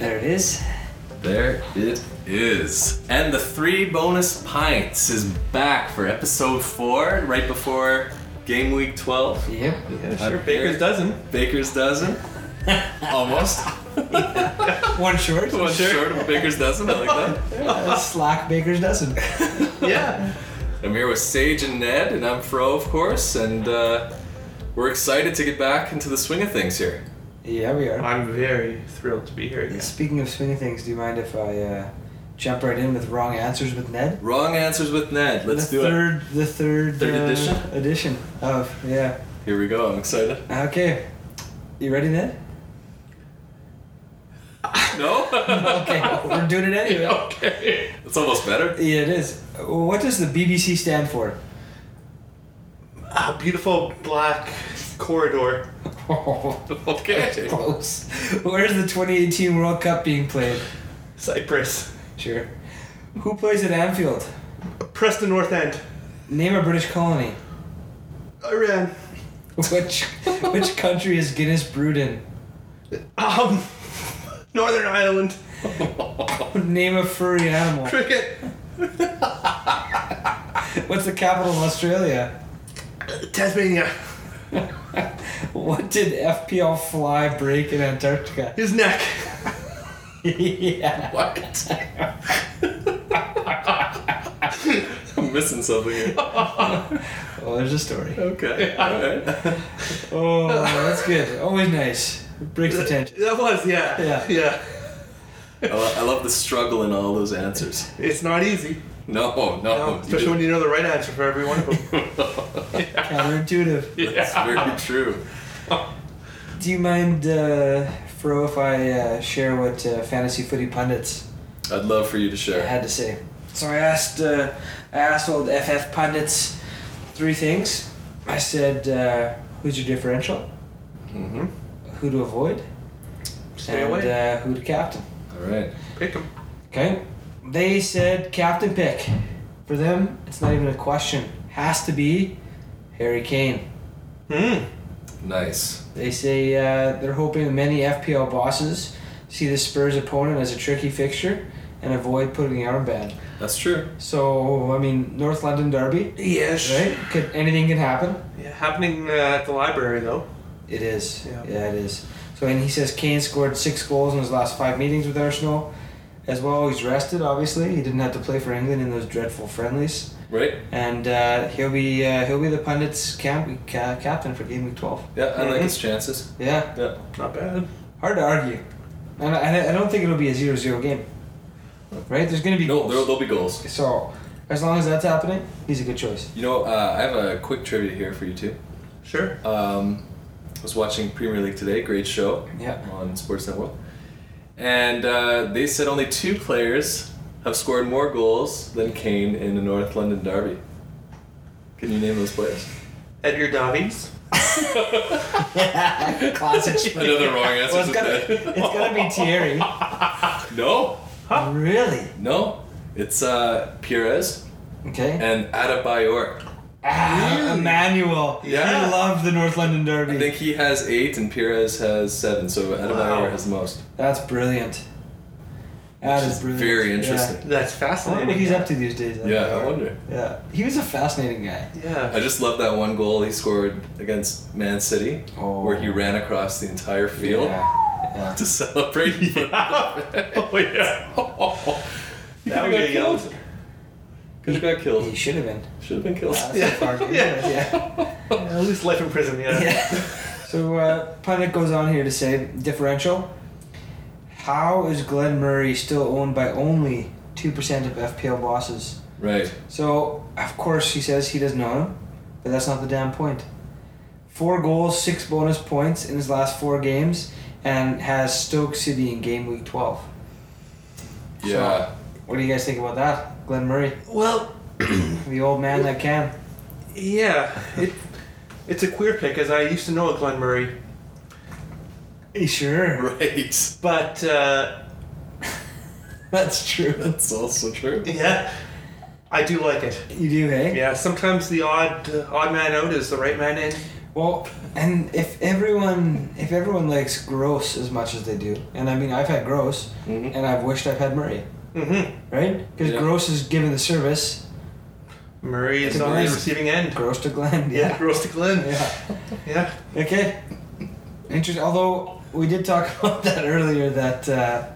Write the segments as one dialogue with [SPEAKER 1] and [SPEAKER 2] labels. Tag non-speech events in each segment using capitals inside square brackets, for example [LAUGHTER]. [SPEAKER 1] it is.
[SPEAKER 2] There it is. And the three bonus pints is back for episode four, right before game week 12.
[SPEAKER 1] Yep.
[SPEAKER 3] Yeah,
[SPEAKER 2] I'm
[SPEAKER 3] sure. Baker's
[SPEAKER 2] here.
[SPEAKER 3] dozen.
[SPEAKER 2] Baker's dozen. Almost.
[SPEAKER 1] [LAUGHS] One short. [LAUGHS]
[SPEAKER 2] One short of a baker's dozen. I like that.
[SPEAKER 1] Slack Baker's dozen.
[SPEAKER 3] [LAUGHS] Yeah.
[SPEAKER 2] I'm here with Sage and Ned, and I'm Fro, of course, and uh, we're excited to get back into the swing of things here.
[SPEAKER 1] Yeah, we are.
[SPEAKER 3] I'm very thrilled to be here again.
[SPEAKER 1] Speaking of swinging things, do you mind if I uh, jump right in with wrong answers with Ned?
[SPEAKER 2] Wrong answers with Ned. Let's
[SPEAKER 1] the
[SPEAKER 2] do it.
[SPEAKER 1] third, The third,
[SPEAKER 2] Third
[SPEAKER 1] uh,
[SPEAKER 2] edition?
[SPEAKER 1] edition of yeah.
[SPEAKER 2] Here we go. I'm excited.
[SPEAKER 3] [LAUGHS]
[SPEAKER 1] Okay, you ready, Ned?
[SPEAKER 2] No? [LAUGHS]
[SPEAKER 1] Okay, we're doing it anyway.
[SPEAKER 3] Okay.
[SPEAKER 2] It's almost better. [LAUGHS]
[SPEAKER 1] Yeah, it is. What does the BBC stand for?
[SPEAKER 3] A beautiful black corridor.
[SPEAKER 2] Oh,
[SPEAKER 3] [LAUGHS]
[SPEAKER 2] Okay.
[SPEAKER 1] Close. Where is the 2018 World Cup being played?
[SPEAKER 3] Cyprus.
[SPEAKER 1] Sure. Who plays at Anfield?
[SPEAKER 3] Preston North End.
[SPEAKER 1] Name a British colony.
[SPEAKER 3] Iran.
[SPEAKER 1] [LAUGHS] Which which country is Guinness brewed in?
[SPEAKER 3] Um. [LAUGHS] Northern Ireland.
[SPEAKER 1] Name a furry animal.
[SPEAKER 3] Cricket.
[SPEAKER 1] What's the capital of Australia?
[SPEAKER 3] Tasmania.
[SPEAKER 1] What did FPL fly break in Antarctica? [LAUGHS]
[SPEAKER 3] His neck.
[SPEAKER 1] yeah.
[SPEAKER 2] What? I'm missing something here.
[SPEAKER 1] Oh, there's a story.
[SPEAKER 3] [LAUGHS]
[SPEAKER 2] Okay. Alright.
[SPEAKER 1] Oh, that's good. Always nice. It breaks the tension.
[SPEAKER 3] That was, yeah.
[SPEAKER 1] Yeah.
[SPEAKER 3] Yeah.
[SPEAKER 2] I, lo- I love the struggle in all those answers.
[SPEAKER 3] It's not easy.
[SPEAKER 2] No, no.
[SPEAKER 3] No,
[SPEAKER 2] you
[SPEAKER 3] especially
[SPEAKER 2] didn't.
[SPEAKER 3] when Oh, you know the right answer for every one of [LAUGHS] them.
[SPEAKER 1] Counterintuitive.
[SPEAKER 2] That's very true.
[SPEAKER 1] Do you mind, uh, Fro, if I uh, share what uh, fantasy footy pundits
[SPEAKER 2] I'd love for you to share.
[SPEAKER 1] had to say? So I asked, uh, I asked old FF pundits three things. I said, uh, "Who's your differential?
[SPEAKER 2] Mm-hmm.
[SPEAKER 1] Who to avoid?
[SPEAKER 3] Stay
[SPEAKER 1] and
[SPEAKER 3] away.
[SPEAKER 1] Uh, who to captain?"
[SPEAKER 2] All right.
[SPEAKER 3] Pick him.
[SPEAKER 1] Okay. They said captain pick. For them, it's not even a question. Has to be Harry Kane.
[SPEAKER 3] Hmm.
[SPEAKER 2] Nice.
[SPEAKER 1] They say uh, they're hoping many FPL bosses see the Spurs opponent as a tricky fixture and avoid putting the armband.
[SPEAKER 2] That's true.
[SPEAKER 1] So I mean, North London derby,
[SPEAKER 3] Yes.
[SPEAKER 1] right? Could anything can happen?
[SPEAKER 3] Yeah, happening uh, at the library though.
[SPEAKER 1] It is.
[SPEAKER 3] Yeah.
[SPEAKER 1] it is. So and he says Kane scored six goals in his last five meetings with Arsenal. As well, he's rested. Obviously, he didn't have to play for England in those dreadful friendlies,
[SPEAKER 2] Right?
[SPEAKER 1] and uh, he'll be uh, he'll be the pundits' camp, ca- captain for game week twelve.
[SPEAKER 2] Yeah, I like
[SPEAKER 3] Mhm.
[SPEAKER 2] his chances.
[SPEAKER 1] Yeah,
[SPEAKER 2] Mm-hmm. Yeah.
[SPEAKER 3] Not bad.
[SPEAKER 1] hard to argue, and I, and I- I don't think it'll be a 0-0 game. Right? There's going to be
[SPEAKER 2] No,
[SPEAKER 1] goals.
[SPEAKER 2] there'll, there'll be goals.
[SPEAKER 1] So, as long as that's happening, he's a good choice.
[SPEAKER 2] [LAUGHS] You know, uh, I have a quick trivia here for you two.
[SPEAKER 3] Sure.
[SPEAKER 2] Um, I was watching Premier League today. Great show.
[SPEAKER 1] Yeah.
[SPEAKER 2] on Sportsnet World. And uh, they said only two players have scored more goals than Kane in the North London Derby. Can you name those [LAUGHS] players?
[SPEAKER 3] Edgar Davies.
[SPEAKER 1] [LAUGHS] Classic.
[SPEAKER 2] [LAUGHS] Another wrong answer.
[SPEAKER 1] Well, it's gotta, [LAUGHS] it's gotta be Thierry.
[SPEAKER 2] no,
[SPEAKER 1] Really?
[SPEAKER 2] no. It's uh, Pires
[SPEAKER 1] Okay.
[SPEAKER 2] and Adebayor.
[SPEAKER 1] Ah, Emmanuel.
[SPEAKER 2] Yeah.
[SPEAKER 1] He loved the North London
[SPEAKER 2] I
[SPEAKER 1] Derby.
[SPEAKER 2] think he has eight and Pires has seven, so Adebayor
[SPEAKER 3] Wow.
[SPEAKER 2] has the most.
[SPEAKER 1] That's brilliant. That
[SPEAKER 2] Which
[SPEAKER 1] is
[SPEAKER 2] is
[SPEAKER 1] brilliant.
[SPEAKER 2] very
[SPEAKER 1] Yeah.
[SPEAKER 2] interesting.
[SPEAKER 3] That's
[SPEAKER 1] I wonder
[SPEAKER 3] fascinating.
[SPEAKER 1] what he's up to these days.
[SPEAKER 2] Yeah, I wonder.
[SPEAKER 1] Yeah. He was a fascinating guy.
[SPEAKER 2] I
[SPEAKER 3] Yeah.
[SPEAKER 2] just love that one goal he scored against Man City,
[SPEAKER 1] Oh.
[SPEAKER 2] where he ran across the entire field.
[SPEAKER 1] Yeah. yeah.
[SPEAKER 2] [LAUGHS] to celebrate.
[SPEAKER 1] [LAUGHS]
[SPEAKER 3] oh
[SPEAKER 2] [LAUGHS]
[SPEAKER 3] yeah.
[SPEAKER 2] He
[SPEAKER 3] That
[SPEAKER 2] could've got
[SPEAKER 3] would be yelled.
[SPEAKER 2] killed. Could have got
[SPEAKER 1] He
[SPEAKER 2] killed.
[SPEAKER 1] should have been.
[SPEAKER 2] Should have been killed. [LAUGHS]
[SPEAKER 1] That's
[SPEAKER 3] Yeah.
[SPEAKER 1] a far game,
[SPEAKER 3] Yeah.
[SPEAKER 1] yeah.
[SPEAKER 3] [LAUGHS] At least life in prison. Yeah.
[SPEAKER 1] Yeah. So uh, Pundit goes on here to say differential. How is Glenn Murray still owned by only two percent of FPL bosses?
[SPEAKER 2] Right.
[SPEAKER 1] So of course he says he doesn't own him, but that's not the damn point. Four goals, six bonus points in his last four games, and has Stoke City in game week twelve.
[SPEAKER 2] Yeah.
[SPEAKER 1] What do you guys think about that, Glenn Murray,
[SPEAKER 3] Well,
[SPEAKER 1] the old man that can?
[SPEAKER 3] yeah. It, it's a queer pick, as I used to know a Glenn Murray,
[SPEAKER 1] Sure,
[SPEAKER 2] [LAUGHS] Right.
[SPEAKER 3] but uh,
[SPEAKER 1] [LAUGHS] that's true.
[SPEAKER 2] That's also true.
[SPEAKER 3] yeah, I do like it.
[SPEAKER 1] You do, eh? hey?
[SPEAKER 3] Yeah, sometimes the odd uh, odd man out is the right man in.
[SPEAKER 1] Well, and if everyone if everyone likes Gross as much as they do, and I mean I've had Gross,
[SPEAKER 2] Mhm.
[SPEAKER 1] and I've wished I've had Murray,
[SPEAKER 3] Mm-hmm.
[SPEAKER 1] right? Because
[SPEAKER 2] Yeah.
[SPEAKER 1] Gross is given the service,
[SPEAKER 3] Murray is
[SPEAKER 1] It's
[SPEAKER 3] on the
[SPEAKER 1] nice.
[SPEAKER 3] receiving end.
[SPEAKER 1] Gross to Glenn.
[SPEAKER 3] Yeah, roast to Glenn.
[SPEAKER 1] [LAUGHS] Yeah.
[SPEAKER 3] Yeah.
[SPEAKER 1] Okay. Interesting. Although we did talk [LAUGHS] about that earlier, that uh,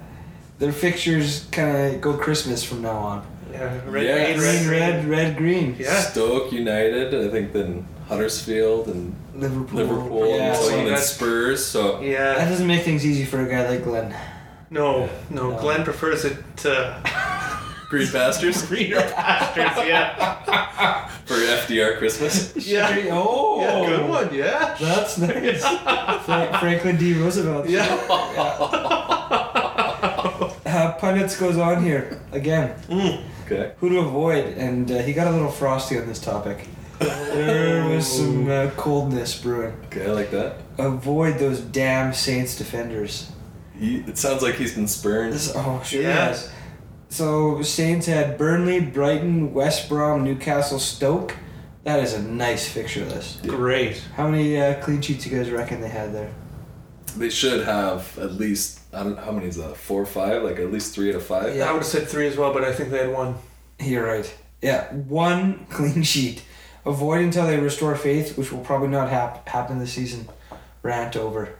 [SPEAKER 1] their fixtures kind of go Christmas from now on.
[SPEAKER 3] Yeah. Red,
[SPEAKER 2] Yes.
[SPEAKER 1] Green,
[SPEAKER 3] green,
[SPEAKER 1] red, red, green.
[SPEAKER 3] Yeah.
[SPEAKER 2] Stoke United, I think, then Huddersfield and
[SPEAKER 1] Liverpool.
[SPEAKER 2] Liverpool
[SPEAKER 1] Yeah.
[SPEAKER 2] and so
[SPEAKER 1] so
[SPEAKER 2] on, and
[SPEAKER 3] that's-
[SPEAKER 2] Spurs. So
[SPEAKER 1] that
[SPEAKER 3] Yeah.
[SPEAKER 1] doesn't make things easy for a guy like Glenn.
[SPEAKER 3] No, no,
[SPEAKER 1] No.
[SPEAKER 3] Glenn prefers it to [LAUGHS]
[SPEAKER 2] Green Bastards for
[SPEAKER 3] greener pastures. Yeah.
[SPEAKER 2] FDR Christmas.
[SPEAKER 3] Yeah.
[SPEAKER 1] Oh.
[SPEAKER 3] Yeah, good one. Yeah. [LAUGHS]
[SPEAKER 1] That's nice. Fra- Franklin D. Roosevelt.
[SPEAKER 3] Yeah.
[SPEAKER 1] Uh, Pundits goes on here again.
[SPEAKER 3] [LAUGHS] Mm.
[SPEAKER 2] Okay.
[SPEAKER 1] Who to avoid? And uh, he got a little frosty on this
[SPEAKER 3] [LAUGHS]
[SPEAKER 1] topic. There was some uh, coldness brewing.
[SPEAKER 2] Okay, I like that.
[SPEAKER 1] Avoid those damn Saints defenders.
[SPEAKER 2] He, it sounds like he's been spurned.
[SPEAKER 1] This, oh, sure
[SPEAKER 3] Yeah.
[SPEAKER 1] yes. So Saints had Burnley, Brighton, West Brom, Newcastle, Stoke. That is a nice fixture list.
[SPEAKER 3] Great.
[SPEAKER 1] How many uh, clean sheets you guys reckon they had there?
[SPEAKER 2] They should have at least I don't how many is that? Four or five? Like at least three out of five.
[SPEAKER 1] Yeah.
[SPEAKER 3] I would have said three as well, but I think they had one.
[SPEAKER 1] You're right. Yeah, one [LAUGHS] clean sheet. Avoid until they restore faith, which will probably not hap- happen this season. Rant over.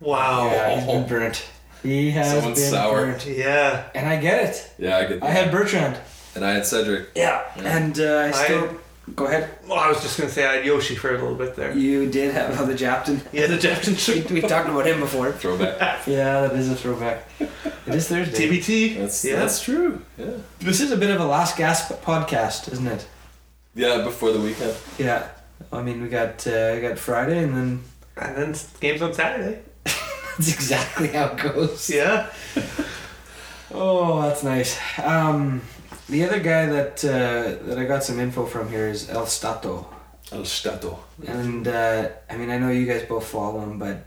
[SPEAKER 3] Wow.
[SPEAKER 1] Yeah, he's been burnt. He has
[SPEAKER 2] Someone's
[SPEAKER 1] been
[SPEAKER 2] sour.
[SPEAKER 1] burnt.
[SPEAKER 3] Yeah.
[SPEAKER 1] And I get it.
[SPEAKER 2] Yeah, I get that.
[SPEAKER 1] I had Bertrand.
[SPEAKER 2] and I had Cedric.
[SPEAKER 1] Yeah. And uh, I
[SPEAKER 3] I-
[SPEAKER 1] still. Go ahead.
[SPEAKER 3] Well, I was just gonna say I had Yoshi for a little bit there.
[SPEAKER 1] You did have another Japton.
[SPEAKER 3] Yeah, the
[SPEAKER 1] [LAUGHS]
[SPEAKER 3] Jackson
[SPEAKER 1] we,
[SPEAKER 3] Street
[SPEAKER 1] we talked about him before.
[SPEAKER 2] Throwback.
[SPEAKER 1] Yeah, that is a throwback. It is Thursday.
[SPEAKER 3] TBT.
[SPEAKER 2] That's
[SPEAKER 3] Yeah.
[SPEAKER 2] that's true. Yeah.
[SPEAKER 1] This is a bit of a last gasp podcast, isn't it?
[SPEAKER 2] Yeah, before the weekend.
[SPEAKER 1] Yeah. I mean, we got uh, we got Friday, and then [LAUGHS]
[SPEAKER 3] And then s- games on Saturday.
[SPEAKER 1] that's exactly how it goes.
[SPEAKER 3] Yeah.
[SPEAKER 1] Oh, that's nice. Um, the other guy that uh, that I got some info from here is El Stato,
[SPEAKER 2] El Stato.
[SPEAKER 1] and uh, I mean I know you guys both follow him, but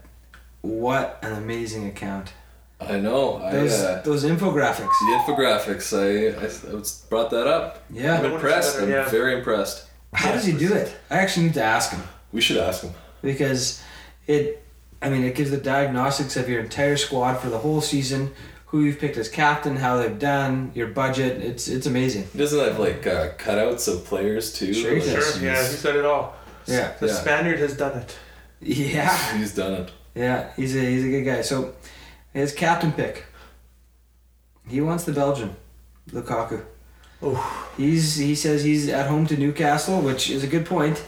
[SPEAKER 1] what an amazing account!
[SPEAKER 2] I know. I
[SPEAKER 1] Those
[SPEAKER 2] uh,
[SPEAKER 1] those infographics.
[SPEAKER 2] the infographics. I, I I was- brought that up.
[SPEAKER 1] Yeah.
[SPEAKER 2] I'm impressed. I'm
[SPEAKER 3] Yeah.
[SPEAKER 2] very impressed.
[SPEAKER 1] How does he do it? I actually need to ask him
[SPEAKER 2] We should ask him.
[SPEAKER 1] because it. I mean, it gives the diagnostics of your entire squad for the whole season, who you've picked as captain, how they've done, your budget. It's it's amazing.
[SPEAKER 2] Doesn't it have like uh, cutouts of players too?
[SPEAKER 1] Sure he
[SPEAKER 2] Like,
[SPEAKER 1] does.
[SPEAKER 2] he's-
[SPEAKER 3] Sure. Yeah, he's done it all.
[SPEAKER 1] Yeah.
[SPEAKER 3] The
[SPEAKER 2] Yeah.
[SPEAKER 3] Spaniard has done it.
[SPEAKER 1] Yeah.
[SPEAKER 2] [LAUGHS] He's done it.
[SPEAKER 1] Yeah, he's a he's a good guy. So his captain pick. He wants the Belgian, Lukaku.
[SPEAKER 3] Oh,
[SPEAKER 1] He's he says he's at home to Newcastle, which is a good point,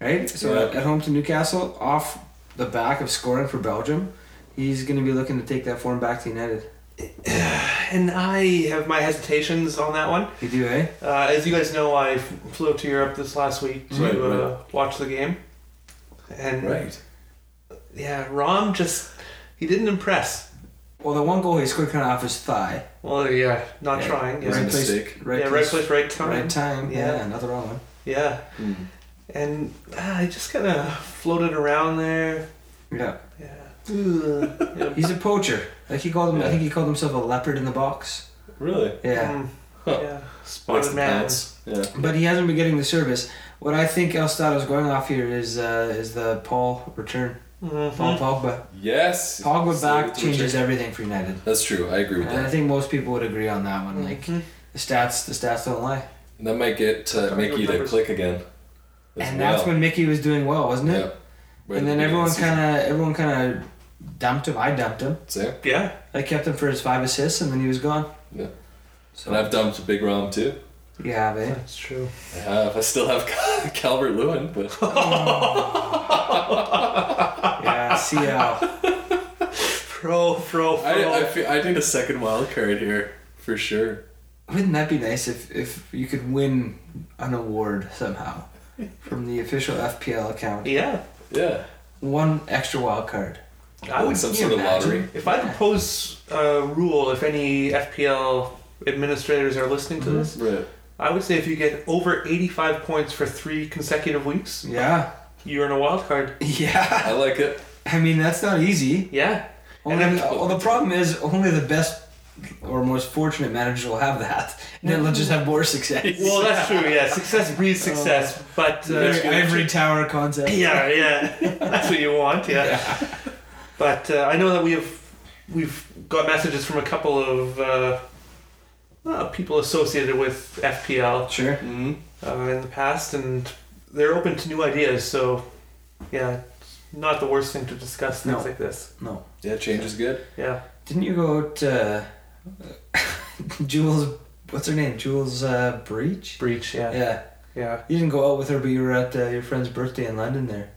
[SPEAKER 1] right? So
[SPEAKER 2] Yeah.
[SPEAKER 1] at, at home to Newcastle, off the back of scoring for Belgium, he's going to be looking to take that form back to United.
[SPEAKER 3] and I have my hesitations on that one.
[SPEAKER 1] You do, eh?
[SPEAKER 3] Uh, as you guys know, I f- flew to Europe this last week to
[SPEAKER 2] Right,
[SPEAKER 3] uh, watch the game, and
[SPEAKER 2] Right.
[SPEAKER 3] yeah, Rom just he didn't impress.
[SPEAKER 1] Well, the one goal he scored kind of off his thigh.
[SPEAKER 3] Well, yeah, not
[SPEAKER 1] Yeah,
[SPEAKER 3] trying. Yeah,
[SPEAKER 2] was a
[SPEAKER 1] Right place,
[SPEAKER 2] mistake.
[SPEAKER 1] right
[SPEAKER 3] yeah, right
[SPEAKER 1] place,
[SPEAKER 3] place, right time.
[SPEAKER 1] right time. Yeah,
[SPEAKER 3] Yeah.
[SPEAKER 1] another wrong one.
[SPEAKER 3] Yeah,
[SPEAKER 2] Hmm.
[SPEAKER 3] and uh, he just kind of floated around there.
[SPEAKER 1] Yeah,
[SPEAKER 3] Yeah. Ugh. yeah.
[SPEAKER 1] he's a poacher. Like he called him. I
[SPEAKER 2] Yeah.
[SPEAKER 1] think he called himself a leopard in the box.
[SPEAKER 2] Really.
[SPEAKER 1] Yeah.
[SPEAKER 3] Mm,
[SPEAKER 2] Huh.
[SPEAKER 3] yeah.
[SPEAKER 2] Likes the
[SPEAKER 3] Spotted man.
[SPEAKER 2] pounce. Yeah.
[SPEAKER 1] But he hasn't been getting the service. What I think El Stado's going off here is uh, is the Paul return.
[SPEAKER 2] Mm-hmm.
[SPEAKER 1] Paul
[SPEAKER 3] Mhm.
[SPEAKER 1] Pogba.
[SPEAKER 2] Yes.
[SPEAKER 1] Pogba back
[SPEAKER 2] Slowly
[SPEAKER 1] changes
[SPEAKER 2] return.
[SPEAKER 1] everything for United.
[SPEAKER 2] That's true. I agree with
[SPEAKER 1] And I
[SPEAKER 2] that. Mm-hmm.
[SPEAKER 1] think most people would agree on that one. Like
[SPEAKER 3] Mhm.
[SPEAKER 1] the stats, the stats don't lie.
[SPEAKER 2] That might get uh,
[SPEAKER 3] Sorry,
[SPEAKER 2] Mickey
[SPEAKER 3] good
[SPEAKER 2] to
[SPEAKER 3] numbers.
[SPEAKER 2] click again. as
[SPEAKER 1] And
[SPEAKER 2] well.
[SPEAKER 1] that's when Mickey was doing well, wasn't it?
[SPEAKER 2] Yeah. Right at
[SPEAKER 1] and
[SPEAKER 2] the
[SPEAKER 1] then
[SPEAKER 2] beginning
[SPEAKER 1] everyone
[SPEAKER 2] of the
[SPEAKER 1] kind of everyone kind of dumped him. I dumped him.
[SPEAKER 2] season. Same.
[SPEAKER 3] yeah.
[SPEAKER 1] I kept him for his five assists, and then he was gone.
[SPEAKER 2] Yeah.
[SPEAKER 1] So
[SPEAKER 2] And I've dumped Big Rom too.
[SPEAKER 1] yeah, babe.
[SPEAKER 3] That's true.
[SPEAKER 2] I have. I still have [LAUGHS] Calvert Lewin,
[SPEAKER 1] [LAUGHS]
[SPEAKER 2] but
[SPEAKER 1] yeah, see how.
[SPEAKER 3] Pro, pro, pro.
[SPEAKER 2] I, I, feel, I need a second wild card here for sure.
[SPEAKER 1] [LAUGHS] Wouldn't that be nice if if you could win an award somehow from the official FPL account?
[SPEAKER 3] yeah.
[SPEAKER 2] Yeah.
[SPEAKER 1] one extra wild card.
[SPEAKER 3] I would
[SPEAKER 2] some
[SPEAKER 1] you
[SPEAKER 2] sort of
[SPEAKER 1] imagine?
[SPEAKER 2] lottery.
[SPEAKER 3] If I propose a rule, if any FPL administrators are listening to this,
[SPEAKER 2] Right.
[SPEAKER 3] I would say if you get over 85 points for three consecutive weeks,
[SPEAKER 1] Yeah.
[SPEAKER 3] you're in a wild card.
[SPEAKER 1] Yeah. [LAUGHS]
[SPEAKER 2] I like it.
[SPEAKER 1] I mean, that's not easy.
[SPEAKER 3] Yeah.
[SPEAKER 1] Only,
[SPEAKER 2] [LAUGHS]
[SPEAKER 3] And
[SPEAKER 1] well, the problem is only the best or most fortunate managers will have that, and then they'll just have more success. [LAUGHS]
[SPEAKER 3] Well, that's true. Yeah, success breeds success, but
[SPEAKER 1] Very
[SPEAKER 3] uh,
[SPEAKER 2] That's good.
[SPEAKER 1] ivory tower concept.
[SPEAKER 3] [LAUGHS] yeah, yeah, that's what you want. Yeah, but uh, I know that we have we've got messages from a couple of uh, uh, people associated with FPL
[SPEAKER 1] Sure.
[SPEAKER 2] hmm
[SPEAKER 3] uh, in the past, and they're open to new ideas. So, yeah, it's not the worst thing to discuss
[SPEAKER 1] No.
[SPEAKER 3] things like this.
[SPEAKER 1] No.
[SPEAKER 2] Yeah, change is good.
[SPEAKER 3] Yeah,
[SPEAKER 1] Didn't you go out to uh, [LAUGHS] Jules? What's her name? Jules uh, Breach.
[SPEAKER 3] breach. Yeah, yeah.
[SPEAKER 1] Yeah. You didn't go out with her, but you were at uh, your friend's birthday in London there.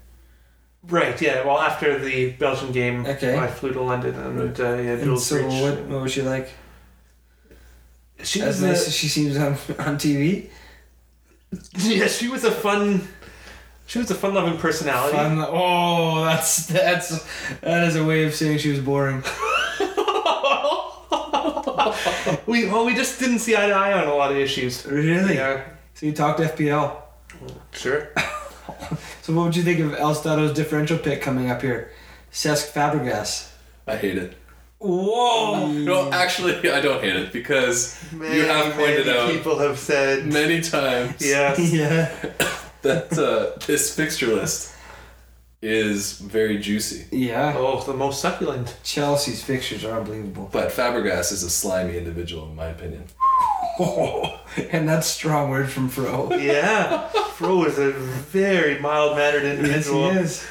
[SPEAKER 3] Right. Yeah. Well, after the Belgian game,
[SPEAKER 1] Okay.
[SPEAKER 3] I flew to London and uh, yeah,
[SPEAKER 1] And
[SPEAKER 3] Jules
[SPEAKER 1] so
[SPEAKER 3] breach.
[SPEAKER 1] what, what was she like?
[SPEAKER 3] She
[SPEAKER 1] as
[SPEAKER 3] was uh,
[SPEAKER 1] nice
[SPEAKER 3] a-
[SPEAKER 1] as she seems on, on TV.
[SPEAKER 3] [LAUGHS] yeah, she was a fun. She was a fun-loving personality.
[SPEAKER 1] Fun- oh, that's that's that is a way of saying she was boring.
[SPEAKER 3] [LAUGHS] we well, we just didn't see eye to eye on a lot of issues.
[SPEAKER 1] Really?
[SPEAKER 3] Yeah,
[SPEAKER 1] So you talked FPL.
[SPEAKER 3] sure.
[SPEAKER 1] So what would you think of Elstado's differential pick coming up here? Cesc Fabregas.
[SPEAKER 2] I hate it.
[SPEAKER 1] Whoa!
[SPEAKER 3] Oh,
[SPEAKER 2] No, actually, [LAUGHS] I don't hate it because you have pointed out
[SPEAKER 3] People have said
[SPEAKER 2] many times
[SPEAKER 1] [LAUGHS]
[SPEAKER 3] yes.
[SPEAKER 1] [LAUGHS] Yeah.
[SPEAKER 2] that uh, this fixture list is very juicy.
[SPEAKER 1] Yeah.
[SPEAKER 3] Oh, the most succulent.
[SPEAKER 1] Chelsea's fixtures are unbelievable.
[SPEAKER 2] But Fabregas is a slimy individual, in my opinion.
[SPEAKER 1] [LAUGHS] and that's a strong word from Fro.
[SPEAKER 3] Yeah, Fro is a very
[SPEAKER 1] [LAUGHS]
[SPEAKER 3] mild-mannered
[SPEAKER 1] Yes, he
[SPEAKER 3] individual.
[SPEAKER 1] is.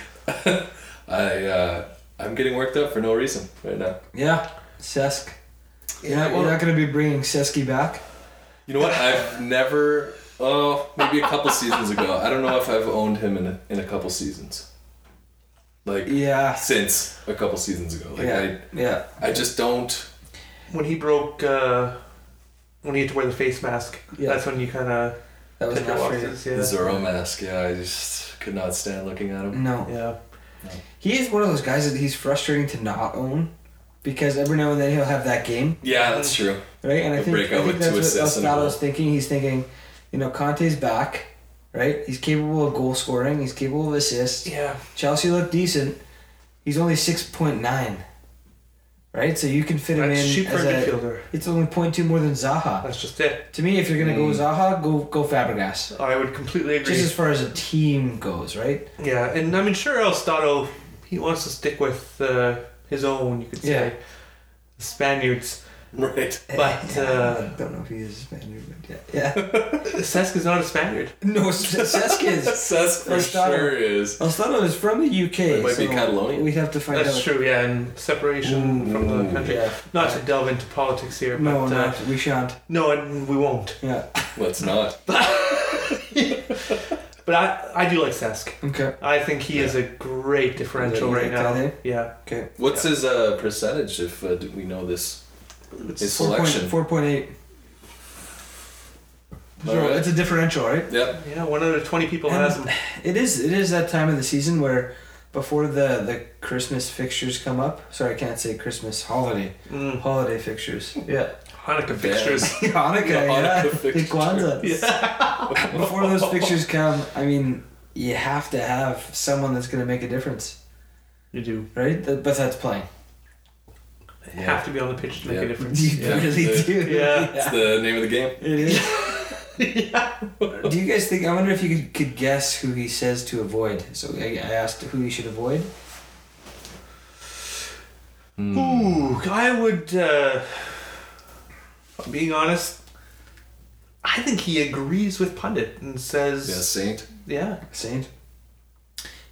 [SPEAKER 2] I uh, I'm getting worked up for no reason right now.
[SPEAKER 1] Yeah. Cesc. You're
[SPEAKER 3] Yeah,
[SPEAKER 1] not,
[SPEAKER 3] well-
[SPEAKER 1] you're not going to be bringing Cesky back.
[SPEAKER 2] You know what? I've never. Oh, maybe a couple seasons ago. I don't know if I've owned him in a, in a couple seasons. Like
[SPEAKER 1] Yeah.
[SPEAKER 2] since a couple seasons ago. Like
[SPEAKER 1] yeah. yeah.
[SPEAKER 2] I I just don't.
[SPEAKER 3] When he broke, uh, when he had to wear the face mask,
[SPEAKER 1] Yeah.
[SPEAKER 3] that's when you kind of
[SPEAKER 1] That was
[SPEAKER 3] took your
[SPEAKER 1] not for you.
[SPEAKER 3] losses. Yeah.
[SPEAKER 2] The Zorro mask. Yeah, I just could not stand looking at him.
[SPEAKER 1] No.
[SPEAKER 3] yeah.
[SPEAKER 1] He is one of those guys that he's frustrating to not own because every now and then he'll have that game,
[SPEAKER 2] Yeah, that's
[SPEAKER 1] [LAUGHS]
[SPEAKER 2] true.
[SPEAKER 1] right? And I
[SPEAKER 2] He'll
[SPEAKER 1] think,
[SPEAKER 2] break out
[SPEAKER 1] I think
[SPEAKER 2] with
[SPEAKER 1] that's
[SPEAKER 2] two
[SPEAKER 1] what
[SPEAKER 2] assists and a
[SPEAKER 1] Elstado's thinking. He's thinking, you know, Conte's back, right? He's capable of goal scoring, he's capable of assists.
[SPEAKER 3] Yeah.
[SPEAKER 1] Chelsea looked decent. He's only 6.9, right? So you can fit him
[SPEAKER 3] That's
[SPEAKER 1] in.
[SPEAKER 3] cheap for a
[SPEAKER 1] as a-
[SPEAKER 3] midfielder.
[SPEAKER 1] it's only 0.2 more than Zaha.
[SPEAKER 3] That's just it.
[SPEAKER 1] To me, if you're going to go
[SPEAKER 2] Mm.
[SPEAKER 1] Zaha, go, go Fabregas.
[SPEAKER 3] I would completely agree.
[SPEAKER 1] Just as far as a team goes, right?
[SPEAKER 3] Yeah, and I mean, sure, Elstato, he wants to stick with uh, his own, you could say,
[SPEAKER 1] Yeah.
[SPEAKER 3] the Spaniards.
[SPEAKER 2] [LAUGHS] Right.
[SPEAKER 3] But, uh,
[SPEAKER 1] Eh, I don't know if he is Spaniard, but yeah. [LAUGHS] yeah.
[SPEAKER 3] Sesk is not a Spaniard. [LAUGHS]
[SPEAKER 1] no, Cesc is.
[SPEAKER 2] Cesc for
[SPEAKER 1] That's not a-
[SPEAKER 2] sure is.
[SPEAKER 1] Alstano is from the UK.
[SPEAKER 2] It might be
[SPEAKER 1] so
[SPEAKER 2] Catalonian.
[SPEAKER 1] We'd have to find
[SPEAKER 3] That's
[SPEAKER 1] out.
[SPEAKER 3] true, yeah, and separation
[SPEAKER 2] Ooh.
[SPEAKER 3] from the country.
[SPEAKER 1] Yeah.
[SPEAKER 3] Not to delve into politics here,
[SPEAKER 1] Mm. No,
[SPEAKER 3] but uh,
[SPEAKER 1] not. We shan't.
[SPEAKER 3] no, and we won't.
[SPEAKER 1] Yeah.
[SPEAKER 2] Let's not.
[SPEAKER 3] But I, I do like Sesk.
[SPEAKER 1] Okay.
[SPEAKER 3] I think he is a great differential
[SPEAKER 1] Yeah, you
[SPEAKER 3] right
[SPEAKER 1] like that,
[SPEAKER 3] now.
[SPEAKER 1] eh?
[SPEAKER 3] Yeah,
[SPEAKER 1] Okay.
[SPEAKER 2] What's his uh, percentage? If uh, do we know this, his
[SPEAKER 1] Four point
[SPEAKER 2] selection.
[SPEAKER 1] four point eight.
[SPEAKER 2] All
[SPEAKER 1] So
[SPEAKER 2] right.
[SPEAKER 1] It's a differential, right?
[SPEAKER 2] Yep.
[SPEAKER 3] yeah, one out of twenty people
[SPEAKER 1] And-
[SPEAKER 3] has him.
[SPEAKER 1] It is. It is that time of the season where, before the the Christmas fixtures come up. Sorry, I can't say Christmas holiday.
[SPEAKER 3] Mm.
[SPEAKER 1] Holiday [LAUGHS] fixtures. Yeah.
[SPEAKER 3] Hanukkah
[SPEAKER 1] [LAUGHS]
[SPEAKER 3] fixtures.
[SPEAKER 1] Hanukkah.
[SPEAKER 2] The
[SPEAKER 1] yeah.
[SPEAKER 2] Hanukkah
[SPEAKER 1] The
[SPEAKER 2] fixture.
[SPEAKER 3] [LAUGHS]
[SPEAKER 1] Kwanzaa. Before those fixtures come, I mean, you have to have someone that's going to make a difference,
[SPEAKER 3] You do
[SPEAKER 1] right? That- But that's playing.
[SPEAKER 3] have to be on the pitch to make
[SPEAKER 2] Yeah.
[SPEAKER 3] a
[SPEAKER 1] [LAUGHS]
[SPEAKER 3] difference.
[SPEAKER 1] You
[SPEAKER 2] Yeah.
[SPEAKER 1] really do.
[SPEAKER 3] Yeah.
[SPEAKER 2] It's the name of the game.
[SPEAKER 1] [LAUGHS] It is. Do you guys think? I wonder if you could, could guess who he says to avoid. So I, I asked who he should avoid.
[SPEAKER 3] Ooh, I would. Uh, being honest, I think he agrees with pundit and says,
[SPEAKER 2] Yeah, Saint.
[SPEAKER 3] "Yeah,
[SPEAKER 1] Saint.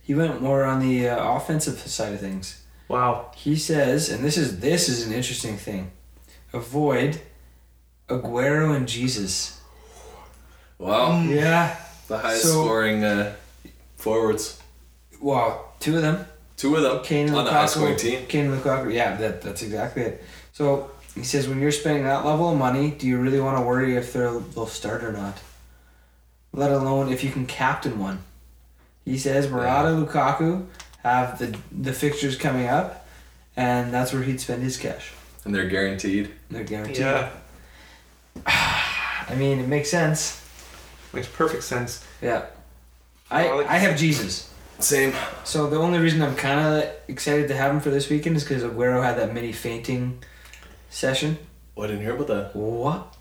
[SPEAKER 1] He went more on the uh, offensive side of things.
[SPEAKER 3] wow,
[SPEAKER 1] He says, and this is this is an interesting thing. Avoid Aguero and Jesus.
[SPEAKER 2] Wow.
[SPEAKER 1] Yeah.
[SPEAKER 2] The highest
[SPEAKER 1] Mm. So-
[SPEAKER 2] scoring uh, forwards.
[SPEAKER 1] Wow. Two of them.
[SPEAKER 2] Two of them
[SPEAKER 1] Kane and
[SPEAKER 2] on the high scoring team.
[SPEAKER 1] Lukaku. Kane and Lukaku. Yeah, that, that's exactly it. So he says, when you're spending that level of money, do you really want to worry if they're, they'll start or not? Let alone if you can captain one. He says Murata, Lukaku have the the fixtures coming up, and that's where he'd spend his cash.
[SPEAKER 2] And they're guaranteed.
[SPEAKER 1] They're guaranteed.
[SPEAKER 3] yeah,
[SPEAKER 1] I mean, it makes sense.
[SPEAKER 3] makes perfect sense."
[SPEAKER 1] Yeah. I,
[SPEAKER 3] Well, it's-
[SPEAKER 1] I have Jesus.
[SPEAKER 2] Same.
[SPEAKER 1] So the only reason I'm kind of excited to have him for this weekend is because Aguero had that mini fainting session.
[SPEAKER 2] Oh, I didn't hear about that.
[SPEAKER 1] What?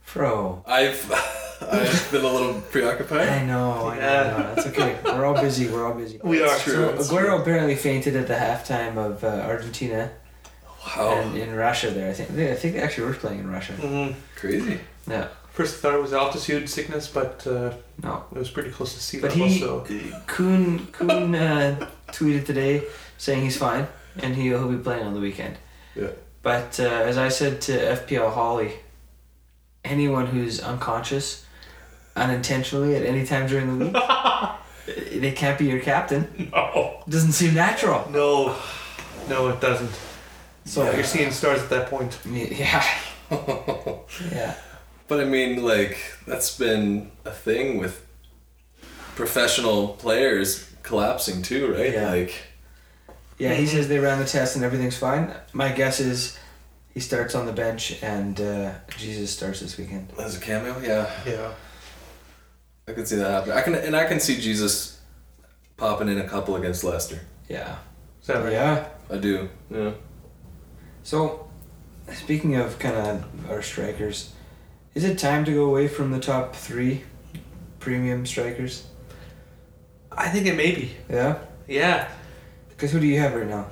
[SPEAKER 1] Fro.
[SPEAKER 2] I've [LAUGHS] I've been a little preoccupied.
[SPEAKER 1] I know, I know, I know. That's okay. We're all busy. We're all busy.
[SPEAKER 3] We
[SPEAKER 2] That's
[SPEAKER 3] are.
[SPEAKER 2] true.
[SPEAKER 1] So
[SPEAKER 2] that's
[SPEAKER 1] Aguero
[SPEAKER 2] true.
[SPEAKER 1] apparently fainted at the halftime of uh, Argentina and
[SPEAKER 2] Wow,
[SPEAKER 1] in Russia. There, I think they, I think they actually were playing in Russia.
[SPEAKER 3] Mhm.
[SPEAKER 2] crazy.
[SPEAKER 1] Yeah,
[SPEAKER 3] First thought it was altitude sickness, but uh,
[SPEAKER 1] no.
[SPEAKER 3] it was pretty close to sea
[SPEAKER 1] But
[SPEAKER 3] level.
[SPEAKER 1] he-
[SPEAKER 3] So
[SPEAKER 1] Kuhn Kuhn uh, tweeted today saying he's fine and he will be playing on the weekend.
[SPEAKER 2] Yeah.
[SPEAKER 1] But uh, as I said to FPL Holly, anyone who's unconscious unintentionally at any time during the week, eh, they can't be your captain.
[SPEAKER 3] no,
[SPEAKER 1] Doesn't seem natural.
[SPEAKER 3] no, no, it doesn't.
[SPEAKER 1] So
[SPEAKER 3] You're seeing stars at that point.
[SPEAKER 1] yeah, [LAUGHS] yeah.
[SPEAKER 2] But I mean, like, that's been a thing with professional players collapsing too, right?
[SPEAKER 1] Yeah.
[SPEAKER 2] Like,
[SPEAKER 1] Yeah, he
[SPEAKER 3] Mhm.
[SPEAKER 1] says they ran the test and everything's fine. My guess is he starts on the bench and uh, Jesus starts this weekend.
[SPEAKER 2] as a cameo, yeah,
[SPEAKER 3] Yeah.
[SPEAKER 2] I can see that happening. I can, and I can see Jesus popping in a couple against Leicester.
[SPEAKER 1] Yeah.
[SPEAKER 3] Is that right?
[SPEAKER 1] Yeah.
[SPEAKER 2] I do. Yeah.
[SPEAKER 1] So, speaking of kind of our strikers, is it time to go away from the top three premium strikers?
[SPEAKER 3] I think it may be.
[SPEAKER 1] Yeah?
[SPEAKER 3] Yeah.
[SPEAKER 1] Because who do you have right now?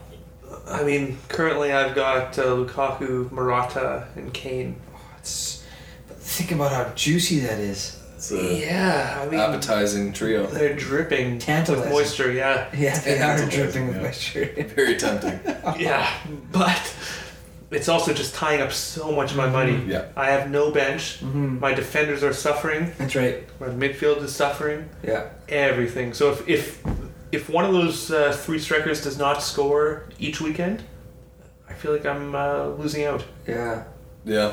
[SPEAKER 3] I mean, currently I've got uh, Lukaku, Murata, and Kane.
[SPEAKER 1] It's, but think about how juicy that is.
[SPEAKER 2] It's a
[SPEAKER 3] yeah, I mean,
[SPEAKER 2] appetizing
[SPEAKER 3] [LAUGHS]
[SPEAKER 2] trio.
[SPEAKER 3] they're dripping with
[SPEAKER 1] Tantalizing.
[SPEAKER 3] moisture. Yeah.
[SPEAKER 1] Yeah, they are
[SPEAKER 2] Tantalizing,
[SPEAKER 1] dripping with
[SPEAKER 2] yeah.
[SPEAKER 1] moisture.
[SPEAKER 2] Very tempting.
[SPEAKER 1] Uh-huh.
[SPEAKER 3] yeah, but it's also just tying up so much of my money.
[SPEAKER 1] Mm-hmm.
[SPEAKER 2] Yeah.
[SPEAKER 3] I have no bench.
[SPEAKER 1] hmm
[SPEAKER 3] My defenders are suffering.
[SPEAKER 1] That's right.
[SPEAKER 3] My midfield is suffering.
[SPEAKER 1] Yeah.
[SPEAKER 3] Everything. So if if if one of those uh, three strikers does not score each weekend, I feel like I'm uh, losing out.
[SPEAKER 1] Yeah.
[SPEAKER 2] Yeah.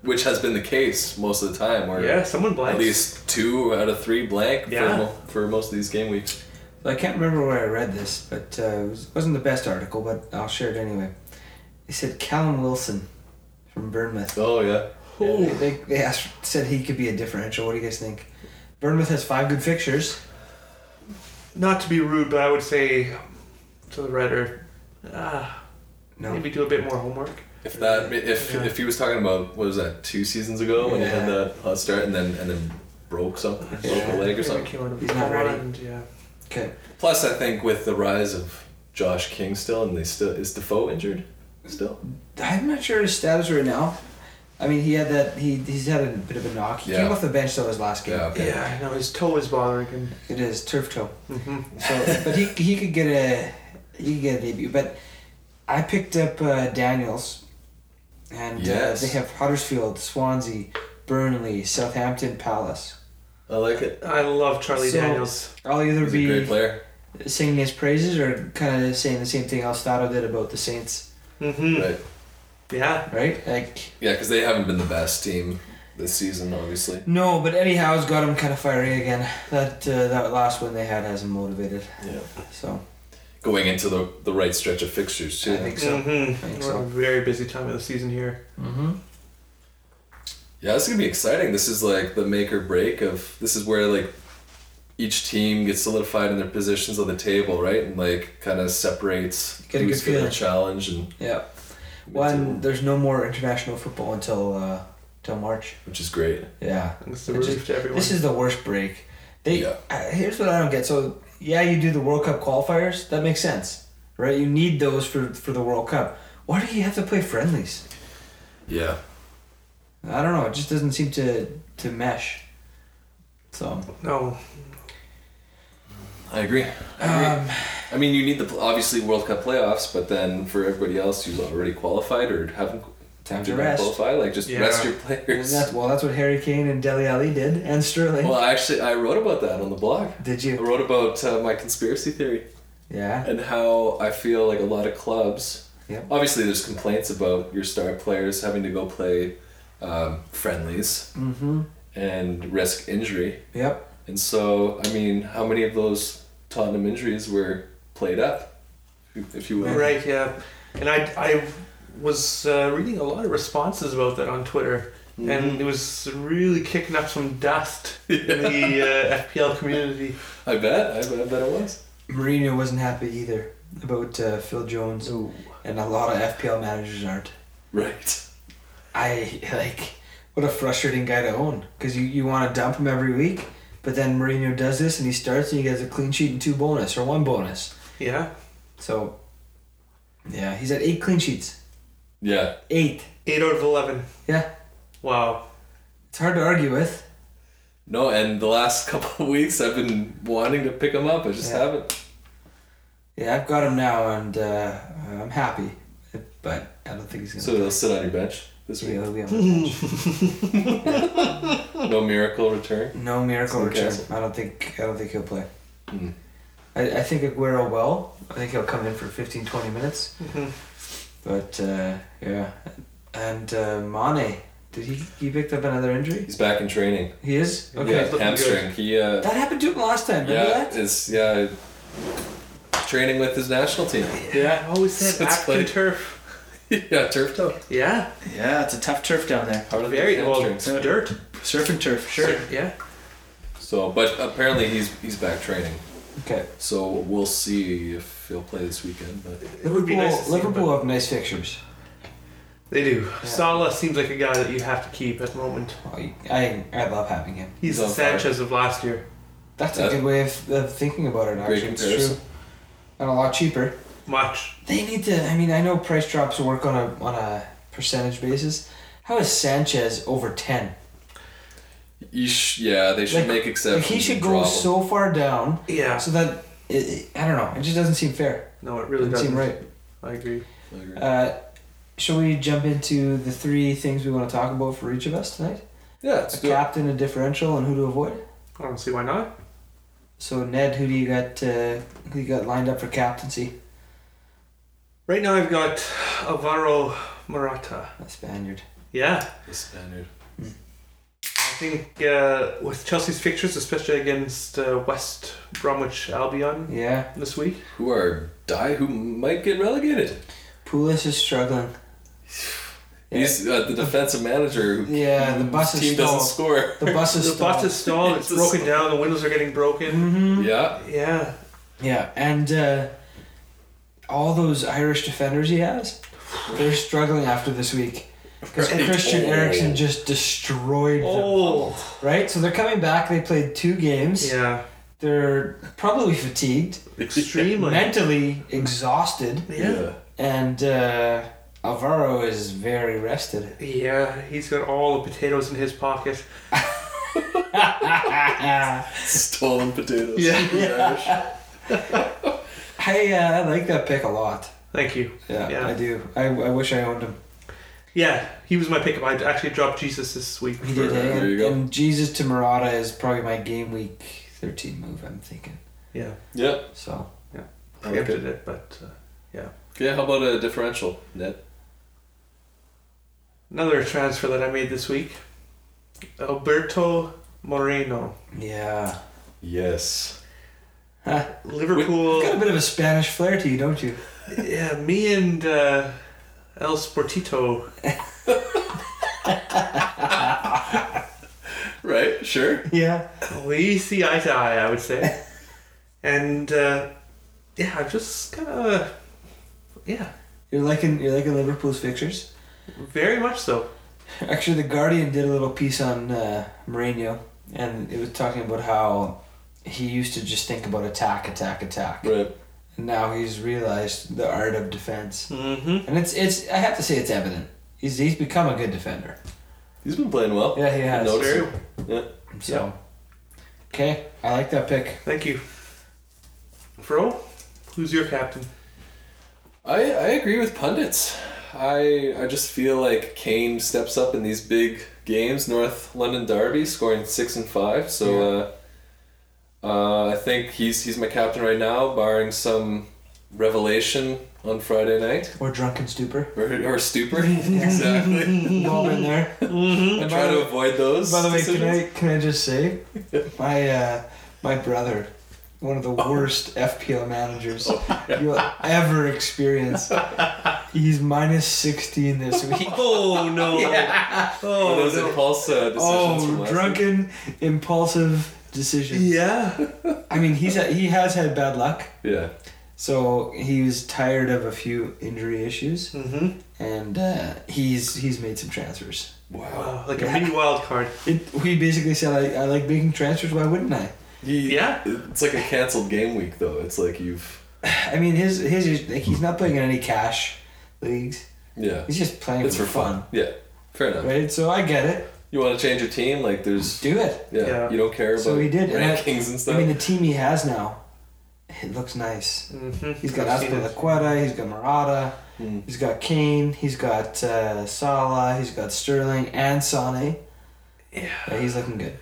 [SPEAKER 2] Which has been the case most of the time, where
[SPEAKER 3] Yeah, someone blanks.
[SPEAKER 2] at least two out of three blank
[SPEAKER 3] Yeah.
[SPEAKER 2] for, mo- for most of these game weeks.
[SPEAKER 1] I can't remember where I read this, but uh, it was- wasn't the best article, but I'll share it anyway. It said Callum Wilson from Bournemouth.
[SPEAKER 2] Oh, yeah.
[SPEAKER 1] They,
[SPEAKER 3] Ooh.
[SPEAKER 1] they, they asked, said he could be a differential. What do you guys think? Bournemouth has five good fixtures.
[SPEAKER 3] Not to be rude, but I would say to the writer, uh,
[SPEAKER 1] No.
[SPEAKER 3] maybe do a bit more homework.
[SPEAKER 2] If that if
[SPEAKER 3] Yeah.
[SPEAKER 2] if he was talking about what was that two seasons ago when he had
[SPEAKER 1] Yeah.
[SPEAKER 2] that hot start and then and then broke something broke
[SPEAKER 1] Yeah.
[SPEAKER 2] a leg or
[SPEAKER 3] Maybe
[SPEAKER 2] something.
[SPEAKER 3] Keelan
[SPEAKER 1] He's not ready.
[SPEAKER 3] Holland, yeah.
[SPEAKER 1] Okay.
[SPEAKER 2] Plus, I think with the rise of Josh King still and they still is Defoe injured still.
[SPEAKER 1] I'm not sure his status right now. I mean, he had that. He he's had a bit of a knock. He
[SPEAKER 2] Yeah.
[SPEAKER 1] came off the bench though his last game.
[SPEAKER 2] Yeah. Okay.
[SPEAKER 3] Yeah, I know his toe is bothering him.
[SPEAKER 1] It is turf toe.
[SPEAKER 3] hmm
[SPEAKER 1] So, but he he could get a he could get a debut. But I picked up uh, Daniels, and
[SPEAKER 2] Yes.
[SPEAKER 1] uh, they have Huddersfield, Swansea, Burnley, Southampton, Palace.
[SPEAKER 2] I like it.
[SPEAKER 3] I love Charlie
[SPEAKER 1] So-
[SPEAKER 3] Daniels.
[SPEAKER 1] I'll either
[SPEAKER 2] He's a great
[SPEAKER 1] be
[SPEAKER 2] player.
[SPEAKER 1] singing his praises or kind of saying the same thing Alstado did about the Saints,
[SPEAKER 3] Mm-hmm.
[SPEAKER 2] Right.
[SPEAKER 3] Yeah.
[SPEAKER 1] right? Like
[SPEAKER 2] Yeah, because they haven't been the best team this season, obviously.
[SPEAKER 1] no, but Eddie Howe's got him kind of firing again. That uh, that last one they had has him motivated.
[SPEAKER 2] Yeah.
[SPEAKER 1] So
[SPEAKER 2] Going into the the right stretch of fixtures too.
[SPEAKER 1] I think so.
[SPEAKER 3] hmm
[SPEAKER 1] think
[SPEAKER 3] We're
[SPEAKER 1] so.
[SPEAKER 3] in a very busy time of the season here.
[SPEAKER 1] Mm-hmm.
[SPEAKER 2] Yeah, this is gonna be exciting. This is like the make or break of this is where like each team gets solidified in their positions on the table, right? And like kind of separates
[SPEAKER 1] Get a
[SPEAKER 2] who's
[SPEAKER 1] good
[SPEAKER 2] getting
[SPEAKER 1] feeling.
[SPEAKER 2] challenge and
[SPEAKER 1] Yeah. One, there's no more international football until uh, till March.
[SPEAKER 2] which is great.
[SPEAKER 1] Yeah.
[SPEAKER 3] And It's the
[SPEAKER 1] Which is-
[SPEAKER 3] relief to everyone.
[SPEAKER 1] This is the worst break. They
[SPEAKER 2] Yeah.
[SPEAKER 1] uh, here's what I don't get. So yeah, you do the World Cup qualifiers. That makes sense, right? You need those for for the World Cup. Why do you have to play friendlies?
[SPEAKER 2] Yeah,
[SPEAKER 1] I don't know. It just doesn't seem to to mesh. So
[SPEAKER 3] no.
[SPEAKER 2] I agree. I, agree.
[SPEAKER 1] um,
[SPEAKER 2] I mean, you need the obviously World Cup playoffs, but then for everybody else who's already qualified or haven't
[SPEAKER 1] time to
[SPEAKER 2] didn't
[SPEAKER 1] rest.
[SPEAKER 2] qualify, like just
[SPEAKER 3] Yeah.
[SPEAKER 2] rest your
[SPEAKER 1] And
[SPEAKER 2] players.
[SPEAKER 1] that's, well, that's what Harry Kane and Deli Ali did, and Sterling.
[SPEAKER 2] Well, actually, I wrote about that on the blog.
[SPEAKER 1] did
[SPEAKER 2] I
[SPEAKER 1] you?
[SPEAKER 2] wrote about uh, my conspiracy theory.
[SPEAKER 1] Yeah.
[SPEAKER 2] and how I feel like a lot of clubs.
[SPEAKER 1] Yeah.
[SPEAKER 2] Obviously, there's complaints about your star players having to go play um, friendlies
[SPEAKER 1] Mm-hmm.
[SPEAKER 2] and risk injury.
[SPEAKER 1] Yep.
[SPEAKER 2] And so, I mean, how many of those Tottenham injuries were played up, if you will?
[SPEAKER 3] Right, yeah. And I, I was uh, reading a lot of responses about that on Twitter.
[SPEAKER 2] Mm-hmm.
[SPEAKER 1] Mm-hmm.
[SPEAKER 3] And it was really kicking up some dust in the
[SPEAKER 1] [LAUGHS]
[SPEAKER 3] uh, FPL community.
[SPEAKER 2] I bet. I bet, I bet it was.
[SPEAKER 1] Mourinho wasn't happy either about uh, Phil Jones, and a lot of FPL managers aren't.
[SPEAKER 2] Right.
[SPEAKER 1] I like what a frustrating guy to own because you, you want to dump him every week, but then Mourinho does this and he starts and he gets a clean sheet and two bonus or one bonus.
[SPEAKER 3] Yeah.
[SPEAKER 1] So, yeah, he's at eight clean sheets.
[SPEAKER 2] Yeah.
[SPEAKER 1] Eight.
[SPEAKER 3] Eight out of eleven.
[SPEAKER 1] Yeah,
[SPEAKER 3] Wow.
[SPEAKER 1] it's hard to argue with.
[SPEAKER 2] No, and the last [LAUGHS] couple of weeks I've been wanting to pick him up. I just
[SPEAKER 1] Yeah.
[SPEAKER 2] haven't.
[SPEAKER 1] Yeah, I've got him now and uh, I'm happy, but I don't think he's gonna.
[SPEAKER 2] So he'll sit on your bench this
[SPEAKER 1] Yeah,
[SPEAKER 2] week.
[SPEAKER 1] he'll be on my bench.
[SPEAKER 2] No miracle return.
[SPEAKER 1] No miracle
[SPEAKER 2] It's
[SPEAKER 1] return.
[SPEAKER 2] Newcastle.
[SPEAKER 1] I don't think I don't think he'll play.
[SPEAKER 3] Hmm.
[SPEAKER 2] Mm.
[SPEAKER 1] I, I think Aguero will. I think he'll come in for 15, 20 minutes.
[SPEAKER 3] Mhm.
[SPEAKER 1] But uh, yeah, and uh, Mane, did he he picked up another injury?
[SPEAKER 2] He's back in training.
[SPEAKER 1] He is okay.
[SPEAKER 3] he's
[SPEAKER 2] yeah,
[SPEAKER 3] looking
[SPEAKER 2] hamstring. He uh,
[SPEAKER 1] That happened to him last time. Remember
[SPEAKER 2] yeah,
[SPEAKER 1] that?
[SPEAKER 2] is yeah, training with his national team. [LAUGHS]
[SPEAKER 3] Yeah. I always
[SPEAKER 2] It's
[SPEAKER 3] said active
[SPEAKER 2] like-
[SPEAKER 3] turf.
[SPEAKER 2] yeah, turf toe.
[SPEAKER 3] Yeah.
[SPEAKER 4] Yeah, it's a tough turf down there.
[SPEAKER 2] Part of the
[SPEAKER 3] Very well.
[SPEAKER 2] hamstrings.
[SPEAKER 4] hamstrings.
[SPEAKER 3] Dirt.
[SPEAKER 4] Surf and turf, sure.
[SPEAKER 3] Yeah.
[SPEAKER 2] So, but apparently he's he's back training.
[SPEAKER 1] Okay.
[SPEAKER 2] So we'll see if he'll play this weekend. But
[SPEAKER 3] It would be
[SPEAKER 1] Liverpool,
[SPEAKER 3] nice to see him,
[SPEAKER 1] Liverpool have nice fixtures.
[SPEAKER 3] They do. Salah seems like a guy that you have to keep at the moment.
[SPEAKER 1] Oh, you- I I love having him.
[SPEAKER 3] He's
[SPEAKER 2] He's on
[SPEAKER 3] the Sanchez of last year.
[SPEAKER 1] That's
[SPEAKER 2] That-
[SPEAKER 1] a good way of, of thinking about it. Actually,
[SPEAKER 2] Great
[SPEAKER 1] it's
[SPEAKER 2] comparison.
[SPEAKER 1] true. And a lot cheaper.
[SPEAKER 3] Much.
[SPEAKER 1] They need to. I mean, I know price drops work on a on a percentage basis. How is Sanchez over ten?
[SPEAKER 2] you sh- yeah, they should
[SPEAKER 1] Like-
[SPEAKER 2] make
[SPEAKER 1] Like
[SPEAKER 2] exceptions.
[SPEAKER 1] he should
[SPEAKER 2] and
[SPEAKER 1] go
[SPEAKER 2] drop him.
[SPEAKER 1] so far down
[SPEAKER 3] Yeah.
[SPEAKER 1] so that it, it- I don't know. It just doesn't seem fair.
[SPEAKER 3] No, it
[SPEAKER 1] It
[SPEAKER 3] really
[SPEAKER 1] doesn't
[SPEAKER 3] doesn't.
[SPEAKER 1] seem right.
[SPEAKER 3] I agree.
[SPEAKER 2] I agree.
[SPEAKER 1] Uh, shall we jump into the three things we want to talk about for each of us tonight?
[SPEAKER 2] yeah, let's
[SPEAKER 1] a
[SPEAKER 2] do it.
[SPEAKER 1] captain, a differential, and who to avoid.
[SPEAKER 3] I don't see why not.
[SPEAKER 1] So Ned, who do you got? Uh, who you got lined up for captaincy?
[SPEAKER 3] Right now I've got Alvaro Morata.
[SPEAKER 1] A Spaniard.
[SPEAKER 3] Yeah.
[SPEAKER 2] The standard.
[SPEAKER 3] I think uh, with Chelsea's fixtures, especially against uh, West Bromwich Albion
[SPEAKER 1] Yeah,
[SPEAKER 3] this week,
[SPEAKER 2] Who are die? Who might get relegated?
[SPEAKER 1] Pulis is
[SPEAKER 3] [SIGHS]
[SPEAKER 1] struggling. Yeah.
[SPEAKER 2] He's uh, the defensive manager. Who
[SPEAKER 1] yeah, the bus is
[SPEAKER 2] team
[SPEAKER 1] stalled.
[SPEAKER 2] doesn't score.
[SPEAKER 1] The bus is
[SPEAKER 3] [LAUGHS] the bus
[SPEAKER 1] [LAUGHS] stalled.
[SPEAKER 3] is stalled. It's
[SPEAKER 2] It's a
[SPEAKER 3] broken
[SPEAKER 2] stall.
[SPEAKER 3] down. The windows are getting broken.
[SPEAKER 1] hmm
[SPEAKER 2] Yeah,
[SPEAKER 3] Yeah,
[SPEAKER 1] Yeah, and uh, all those Irish defenders he has, they're struggling after this week because
[SPEAKER 2] Right.
[SPEAKER 1] Christian
[SPEAKER 2] Oh.
[SPEAKER 1] Eriksen just destroyed them.
[SPEAKER 3] Oh,
[SPEAKER 1] Right, so they're coming back. They played two games.
[SPEAKER 3] yeah,
[SPEAKER 1] They're probably fatigued,
[SPEAKER 2] [LAUGHS]
[SPEAKER 3] extremely.
[SPEAKER 1] mentally exhausted,
[SPEAKER 3] Yeah,
[SPEAKER 1] and uh, Alvaro is very rested.
[SPEAKER 3] yeah. He's got all the potatoes in his pocket.
[SPEAKER 1] Ah,
[SPEAKER 2] Stolen potatoes.
[SPEAKER 3] Yeah.
[SPEAKER 1] [LAUGHS]
[SPEAKER 2] yeah.
[SPEAKER 1] I uh, I like that pick a lot.
[SPEAKER 3] Thank you.
[SPEAKER 1] Yeah,
[SPEAKER 3] Yeah.
[SPEAKER 1] I do. I, I wish I owned him.
[SPEAKER 3] Yeah, he was my pickup. I actually dropped Jesus this week.
[SPEAKER 1] He did,
[SPEAKER 2] For-
[SPEAKER 1] eh?
[SPEAKER 2] there
[SPEAKER 1] And,
[SPEAKER 2] you go.
[SPEAKER 1] and Jesus to Murata is probably my game week 13 move, I'm thinking.
[SPEAKER 3] Yeah,
[SPEAKER 2] Yeah.
[SPEAKER 1] So, Oh,
[SPEAKER 2] I like
[SPEAKER 3] preempted
[SPEAKER 2] it.
[SPEAKER 3] it, but uh,
[SPEAKER 2] Okay, how about a differential, Ned?
[SPEAKER 3] another transfer that I made this week, Alberto Moreno,
[SPEAKER 1] yeah.
[SPEAKER 2] Yes.
[SPEAKER 3] Liverpool.
[SPEAKER 1] You've got a bit of a Spanish flair to you, don't you?
[SPEAKER 3] Yeah, me and uh, El Sportito.
[SPEAKER 2] Right. Sure.
[SPEAKER 1] Yeah.
[SPEAKER 3] We see eye to eye, I
[SPEAKER 1] [LAUGHS]
[SPEAKER 3] would say. And uh, yeah, I'm just kind of yeah,
[SPEAKER 1] You're liking, you're liking Liverpool's fixtures.
[SPEAKER 3] very much so.
[SPEAKER 1] Actually, The Guardian did a little piece on uh, Mourinho, and it was talking about how he used to just think about attack, attack, attack.
[SPEAKER 2] Right.
[SPEAKER 1] And now he's realized the art of defense.
[SPEAKER 3] Mm-hmm.
[SPEAKER 1] And it's, it's I have to say, it's evident. He's, he's become a good defender.
[SPEAKER 2] He's been playing well.
[SPEAKER 1] Yeah, he has.
[SPEAKER 2] Oh, Notice
[SPEAKER 3] Very.
[SPEAKER 1] So, okay, I like that pick.
[SPEAKER 3] Thank you, Fro. Who's your captain?
[SPEAKER 2] I, I agree with pundits. I I just feel like Kane steps up in these big games. North London Derby scoring six and five. So uh, uh, I think he's he's my captain right now, barring some revelation on Friday night
[SPEAKER 1] Or drunken
[SPEAKER 2] [LAUGHS]
[SPEAKER 1] stupor.
[SPEAKER 2] or,
[SPEAKER 1] [LAUGHS]
[SPEAKER 2] or stupor. exactly.
[SPEAKER 1] We've all been there.
[SPEAKER 2] I try to avoid those.
[SPEAKER 1] By the way, can
[SPEAKER 2] decisions.
[SPEAKER 1] I can I just say, my uh, my brother, one of the
[SPEAKER 2] Oh.
[SPEAKER 1] worst FPL managers you'll ever experience. He's minus sixteen
[SPEAKER 2] [LAUGHS]
[SPEAKER 1] this week.
[SPEAKER 3] Oh no!
[SPEAKER 2] One of
[SPEAKER 3] Oh
[SPEAKER 2] those
[SPEAKER 3] no!
[SPEAKER 2] impulse uh, decisions from
[SPEAKER 1] Oh,
[SPEAKER 2] last week.
[SPEAKER 1] drunken, impulsive decision.
[SPEAKER 3] Yeah.
[SPEAKER 1] I mean, he's had, he has had bad luck,
[SPEAKER 2] Yeah.
[SPEAKER 1] So he was tired of a few injury issues,
[SPEAKER 3] Mm-hmm.
[SPEAKER 1] and uh, he's he's made some transfers.
[SPEAKER 2] Wow.
[SPEAKER 3] Wow, like a mini wild card.
[SPEAKER 1] It, we basically said, I, "I like making transfers. Why wouldn't I?"
[SPEAKER 2] He-
[SPEAKER 3] Yeah.
[SPEAKER 2] It's like a canceled game week though. It's like you've
[SPEAKER 1] I mean, his his is- like he's not playing in any cash leagues.
[SPEAKER 2] yeah.
[SPEAKER 1] He's just playing
[SPEAKER 2] It's for fun. Yeah. Fair enough.
[SPEAKER 1] right? So I get it.
[SPEAKER 2] You want to change your team? Like there's
[SPEAKER 1] Do it.
[SPEAKER 2] yeah.
[SPEAKER 3] Yeah.
[SPEAKER 2] You don't care about
[SPEAKER 1] So he did, and I-
[SPEAKER 2] rankings and stuff.
[SPEAKER 1] I mean, the team he has now, it looks nice.
[SPEAKER 3] Mm-hmm.
[SPEAKER 1] He's got Aspilicueta, he's got Murata,
[SPEAKER 2] Mm.
[SPEAKER 1] he's got Kane, he's got uh, Salah, he's got Sterling and Sane.
[SPEAKER 3] Yeah.
[SPEAKER 1] Yeah, he's looking good.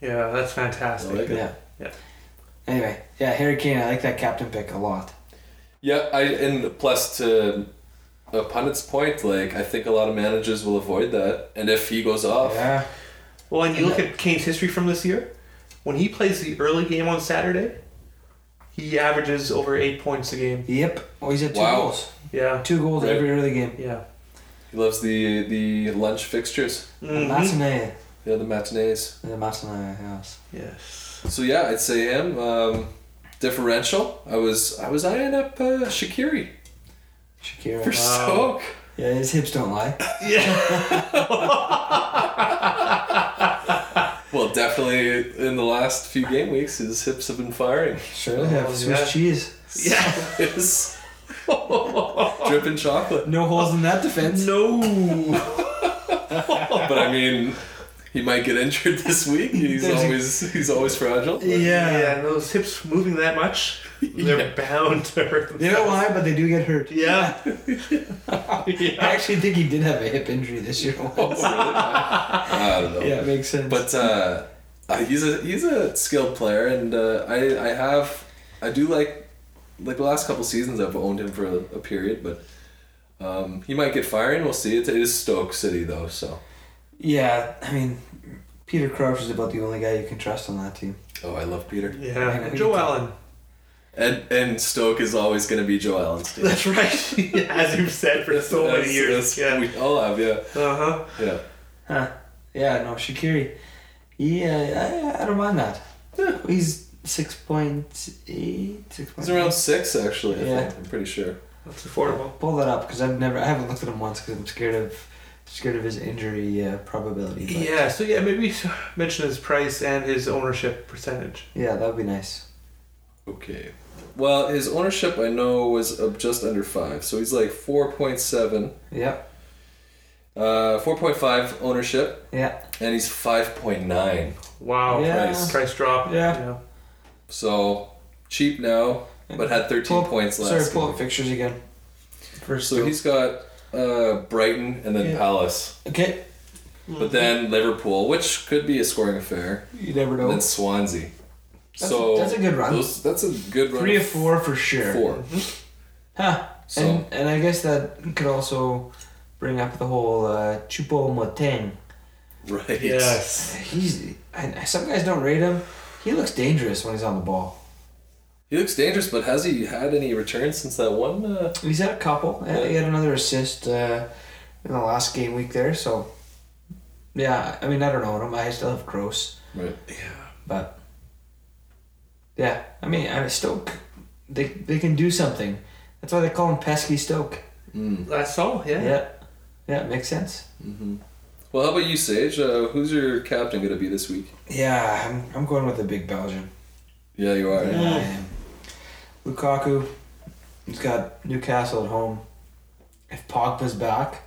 [SPEAKER 3] Yeah, that's fantastic.
[SPEAKER 2] I like it.
[SPEAKER 1] Yeah.
[SPEAKER 3] Yeah.
[SPEAKER 1] Anyway, yeah, Harry Kane. I like that captain pick a lot.
[SPEAKER 2] Yeah, I and plus to a pundit's point, like I think a lot of managers will avoid that, and if he goes off,
[SPEAKER 1] Yeah.
[SPEAKER 3] Well, and you look at Kane's history from this year. When he plays the early game on Saturday, he averages over eight points a game.
[SPEAKER 1] Yep. Oh, he's at two
[SPEAKER 2] Wow.
[SPEAKER 1] goals.
[SPEAKER 3] Yeah.
[SPEAKER 1] Two goals
[SPEAKER 2] Right.
[SPEAKER 1] every early game.
[SPEAKER 3] Yeah.
[SPEAKER 2] he loves the the lunch fixtures,
[SPEAKER 1] mm
[SPEAKER 3] Mhm.
[SPEAKER 2] yeah, the matinees.
[SPEAKER 1] The Matsune, yes.
[SPEAKER 3] Yes. [LAUGHS]
[SPEAKER 2] So yeah, I'd say him. Um, differential. I was I was eyeing up uh, Shakiri
[SPEAKER 1] Shakira.
[SPEAKER 2] for
[SPEAKER 3] Wow.
[SPEAKER 2] Stoke.
[SPEAKER 1] Yeah, his hips don't lie.
[SPEAKER 3] Yeah.
[SPEAKER 2] Well, definitely in the last few game weeks, his hips have been firing.
[SPEAKER 1] Sure they have
[SPEAKER 3] Oh,
[SPEAKER 1] Swiss
[SPEAKER 3] yeah.
[SPEAKER 1] cheese.
[SPEAKER 3] Yeah.
[SPEAKER 2] [LAUGHS] His- dripping chocolate.
[SPEAKER 1] No holes in that defense.
[SPEAKER 3] no.
[SPEAKER 1] Oh.
[SPEAKER 2] But I mean, he might get injured this
[SPEAKER 1] [LAUGHS]
[SPEAKER 2] week. He's
[SPEAKER 1] There's a-
[SPEAKER 2] always he's always fragile. but-
[SPEAKER 1] Yeah. [LAUGHS]
[SPEAKER 3] Yeah, and those hips moving that much, [LAUGHS] they're
[SPEAKER 2] Yeah.
[SPEAKER 3] bound to hurt.
[SPEAKER 1] They don't lie, but they do get hurt.
[SPEAKER 3] Yeah.
[SPEAKER 1] [LAUGHS] I actually think he did have a hip injury this year. once.
[SPEAKER 2] [LAUGHS] I don't know.
[SPEAKER 1] yeah, it makes sense.
[SPEAKER 2] Oh. But uh, uh, he's a he's a skilled player, and uh, I I have I do like like the last couple seasons I've owned him for a, a period, but um, he might get firing. We'll see. It, it is Stoke City though, so
[SPEAKER 1] yeah, I mean, Peter Crouch is about the only guy you can trust on that team.
[SPEAKER 2] oh, I love Peter.
[SPEAKER 3] Yeah. Joe Allen.
[SPEAKER 2] And and Stoke is always going to be Joe Allen's team.
[SPEAKER 3] That's right. [LAUGHS] As you've said for so many
[SPEAKER 2] That's-
[SPEAKER 3] years.
[SPEAKER 2] that's-
[SPEAKER 3] Yeah.
[SPEAKER 2] we all have yeah
[SPEAKER 3] Uh huh.
[SPEAKER 2] yeah.
[SPEAKER 1] Huh. Yeah, no, Shakiri. Yeah, I, I don't mind that.
[SPEAKER 2] Yeah.
[SPEAKER 1] He's 6.8, 6.9.
[SPEAKER 2] He's around six actually. I
[SPEAKER 1] Yeah.
[SPEAKER 2] think. I'm pretty sure.
[SPEAKER 3] That's affordable.
[SPEAKER 1] Pull that up because I've never, I haven't looked at him once because I'm scared of, scared of his injury uh, probability. but-
[SPEAKER 3] Yeah, so yeah, maybe s- mention his price and his ownership percentage.
[SPEAKER 1] Yeah, that'd be nice.
[SPEAKER 2] Okay. Well, his ownership I know was of just under five, so he's like four point seven.
[SPEAKER 1] Yep.
[SPEAKER 2] Uh, 4.5 ownership,
[SPEAKER 1] Yeah.
[SPEAKER 2] and he's 5.9.
[SPEAKER 3] Wow.
[SPEAKER 1] Yeah.
[SPEAKER 3] Price, price drop.
[SPEAKER 1] Yeah.
[SPEAKER 2] So cheap now, but had 13
[SPEAKER 1] Pull-
[SPEAKER 2] points last
[SPEAKER 1] Sorry, pull up
[SPEAKER 2] game.
[SPEAKER 1] fixtures again. First,
[SPEAKER 2] So he's got uh, Brighton and then
[SPEAKER 1] Yeah.
[SPEAKER 2] Palace,
[SPEAKER 1] okay.
[SPEAKER 3] Mm-hmm.
[SPEAKER 2] but then Liverpool, which could be a scoring affair,
[SPEAKER 1] You never know.
[SPEAKER 2] and then Swansea.
[SPEAKER 1] That's-
[SPEAKER 2] so
[SPEAKER 1] that's a good run.
[SPEAKER 2] Those, that's a good run.
[SPEAKER 1] Three or
[SPEAKER 2] of
[SPEAKER 1] four for sure.
[SPEAKER 2] Four.
[SPEAKER 1] Huh.
[SPEAKER 2] So
[SPEAKER 1] And and I guess that could also bring up the whole uh, Chupo Moteng.
[SPEAKER 2] right.
[SPEAKER 3] Yes.
[SPEAKER 1] He's I, I- some guys don't rate him. He looks dangerous when he's on the ball.
[SPEAKER 2] He looks dangerous, but has he had any returns since that one? Uh,
[SPEAKER 1] He's had a couple. Uh, He had another assist uh, in the last game week there. So yeah, I mean I don't know him. I still have Gross.
[SPEAKER 2] right.
[SPEAKER 1] But yeah, I mean, I mean Stoke, they they can do something. That's why they call him Pesky Stoke.
[SPEAKER 2] Mm.
[SPEAKER 3] That's all, yeah.
[SPEAKER 1] Yeah, yeah, it makes sense.
[SPEAKER 2] hmm Well, how about you, Sage? Uh, who's your captain going to be this week?
[SPEAKER 1] Yeah, I'm, I'm going with the big Belgian.
[SPEAKER 2] Yeah, you are.
[SPEAKER 1] Yeah, I am. Lukaku, he's got Newcastle at home. If Pogba's back,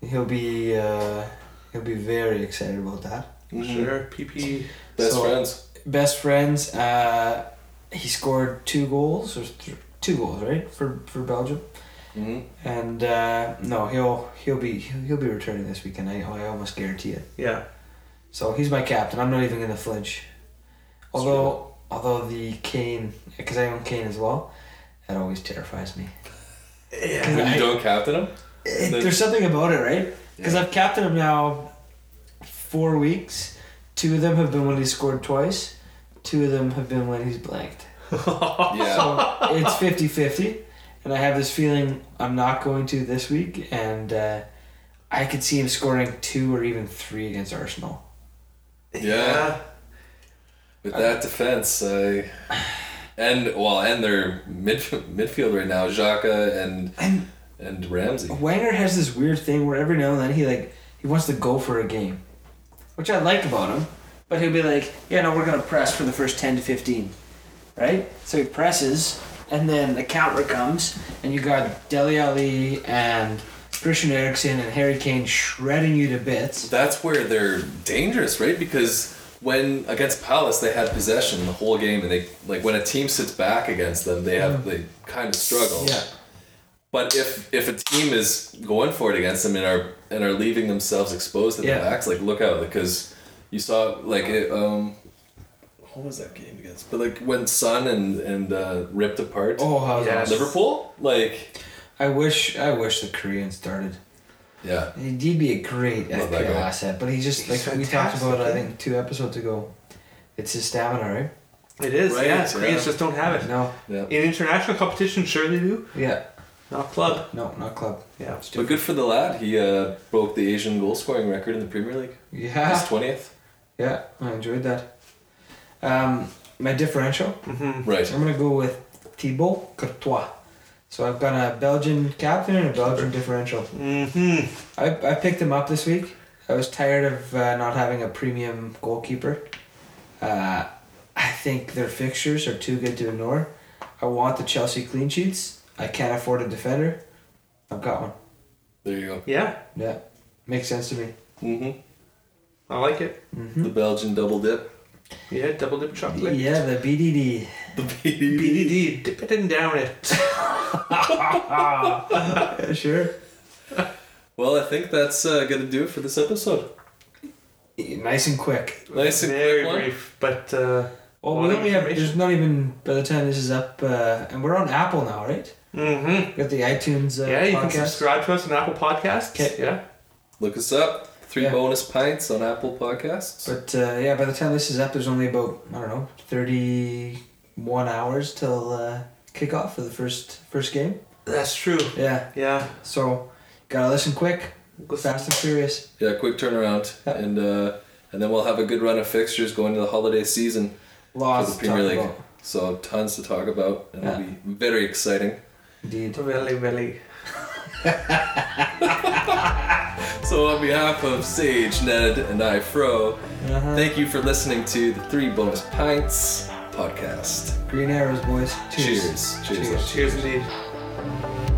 [SPEAKER 1] he'll be uh, he'll be very excited about that.
[SPEAKER 2] Mhm.
[SPEAKER 3] Sure. PP.
[SPEAKER 2] Best
[SPEAKER 1] So-
[SPEAKER 2] friends.
[SPEAKER 1] Best friends. Uh, he scored two goals or th- two goals, right, for for Belgium.
[SPEAKER 2] hmm
[SPEAKER 1] And uh, no, he'll he'll be he'll, he'll be returning this weekend. I, I almost guarantee it.
[SPEAKER 3] Yeah.
[SPEAKER 1] So he's my captain. I'm not even gonna flinch. Although although the Kane, because I own Kane as well, that always terrifies me.
[SPEAKER 3] Yeah.
[SPEAKER 2] When
[SPEAKER 1] I-
[SPEAKER 2] you don't captain him?
[SPEAKER 1] It-
[SPEAKER 2] Then-
[SPEAKER 1] there's something about it, right? Because
[SPEAKER 2] Yeah.
[SPEAKER 1] I've captained him now four weeks. Two of them have been when he scored twice. Two of them have been when he's blanked. Oh.
[SPEAKER 2] Yeah.
[SPEAKER 1] So it's 50 50. And I have this feeling I'm not going to this week. And uh, I could see him scoring two or even three against Arsenal.
[SPEAKER 2] With that defense, I and well, and their mid midfield right now, Xhaka and
[SPEAKER 1] And
[SPEAKER 2] and Ramsey.
[SPEAKER 1] Wanger has this weird thing where every now and then he like he wants to go for a game, which I like about him.
[SPEAKER 4] But he'll be like, yeah, no, we're going to press for the first 10 to 15. Right?
[SPEAKER 1] So he presses, and then the counter comes, and you got Deli Ali and Christian Eriksen and Harry Kane shredding you to bits.
[SPEAKER 2] That's where they're dangerous, right? Because when against Palace, they had possession the whole game, and they like when a team sits back against them, they have they kind of struggle.
[SPEAKER 1] Mm-hmm. Yeah.
[SPEAKER 2] But if if a team is going for it against them and are and are leaving themselves exposed in
[SPEAKER 1] Yeah.
[SPEAKER 2] the backs, like look out because you saw like it, um, what was that game against? But like when Sun and and uh, ripped apart
[SPEAKER 1] Oh, how
[SPEAKER 3] Yes.
[SPEAKER 2] Liverpool, like
[SPEAKER 1] I wish I wish the Koreans started.
[SPEAKER 2] yeah,
[SPEAKER 1] He'd be a great
[SPEAKER 2] Love that
[SPEAKER 1] FPL
[SPEAKER 2] guy.
[SPEAKER 1] asset, but he just
[SPEAKER 3] He's
[SPEAKER 1] like we talked about I
[SPEAKER 3] fantastic,
[SPEAKER 1] think two episodes ago. It's his stamina, right?
[SPEAKER 3] It is,
[SPEAKER 2] Right,
[SPEAKER 3] yeah.
[SPEAKER 2] yeah.
[SPEAKER 3] Koreans just don't have it.
[SPEAKER 1] No,
[SPEAKER 2] yeah.
[SPEAKER 3] In international competition, sure they do.
[SPEAKER 1] yeah,
[SPEAKER 3] Not club.
[SPEAKER 1] no, not club.
[SPEAKER 3] Yeah.
[SPEAKER 2] But good for the lad. He uh, broke the Asian goal scoring record in the Premier League. He's
[SPEAKER 1] Yeah,
[SPEAKER 2] twentieth.
[SPEAKER 1] yeah, I enjoyed that. Um, my differential,
[SPEAKER 3] Mm-hmm.
[SPEAKER 2] Right.
[SPEAKER 1] I'm gonna go with Thibaut Courtois. So I've got a Belgian captain and a Belgian differential.
[SPEAKER 3] Mm-hmm.
[SPEAKER 1] I, I picked him up this week. I was tired of uh, not having a premium goalkeeper. Uh, I think their fixtures are too good to ignore. I want the Chelsea clean sheets. I can't afford a defender. I've got one.
[SPEAKER 2] There you go.
[SPEAKER 3] Yeah,
[SPEAKER 1] Yeah, makes sense to me.
[SPEAKER 2] Mm-hmm.
[SPEAKER 3] I like it.
[SPEAKER 1] hmm
[SPEAKER 2] The Belgian double dip.
[SPEAKER 3] Yeah, double dip chocolate.
[SPEAKER 1] Yeah, the BDD.
[SPEAKER 2] The
[SPEAKER 3] BDD, dip it and down it.
[SPEAKER 1] Yeah, sure.
[SPEAKER 2] Well, I think that's uh, gonna do it for this episode.
[SPEAKER 1] Nice and quick.
[SPEAKER 2] Nice and
[SPEAKER 3] Very
[SPEAKER 2] quick one.
[SPEAKER 3] brief, but uh,
[SPEAKER 1] Well,
[SPEAKER 3] Lot
[SPEAKER 1] we only
[SPEAKER 3] of
[SPEAKER 1] have.
[SPEAKER 3] information.
[SPEAKER 1] There's not even by the time this is up, uh, and we're on Apple now, right?
[SPEAKER 3] mm-hmm.
[SPEAKER 1] We got the iTunes uh,
[SPEAKER 3] yeah, you
[SPEAKER 1] podcast.
[SPEAKER 3] can subscribe to us on Apple Podcasts.
[SPEAKER 1] 'Kay.
[SPEAKER 3] Yeah,
[SPEAKER 2] Look us up. Three
[SPEAKER 1] Yeah.
[SPEAKER 2] bonus pints on Apple Podcasts.
[SPEAKER 1] But uh, yeah, by the time this is up, there's only about I don't know thirty-one hours till uh, kickoff for the first first game.
[SPEAKER 3] that's true.
[SPEAKER 1] Yeah,
[SPEAKER 3] Yeah,
[SPEAKER 1] so gotta listen quick, go fast and furious.
[SPEAKER 2] Yeah, quick turnaround,
[SPEAKER 1] Yeah.
[SPEAKER 2] and uh, and then we'll have a good run of fixtures going into the holiday season for
[SPEAKER 1] Lots to
[SPEAKER 2] the
[SPEAKER 1] talk
[SPEAKER 2] Premier League.
[SPEAKER 1] about.
[SPEAKER 2] So tons to talk about, and it'll be very exciting.
[SPEAKER 1] Indeed.
[SPEAKER 3] really, really.
[SPEAKER 2] So on behalf of Sage, Ned, and I, Fro,
[SPEAKER 1] Uh-huh.
[SPEAKER 2] thank you for listening to the Three Bonus Pints podcast.
[SPEAKER 1] Green arrows, boys. Cheers.
[SPEAKER 2] Cheers. Cheers.
[SPEAKER 3] Cheers, indeed.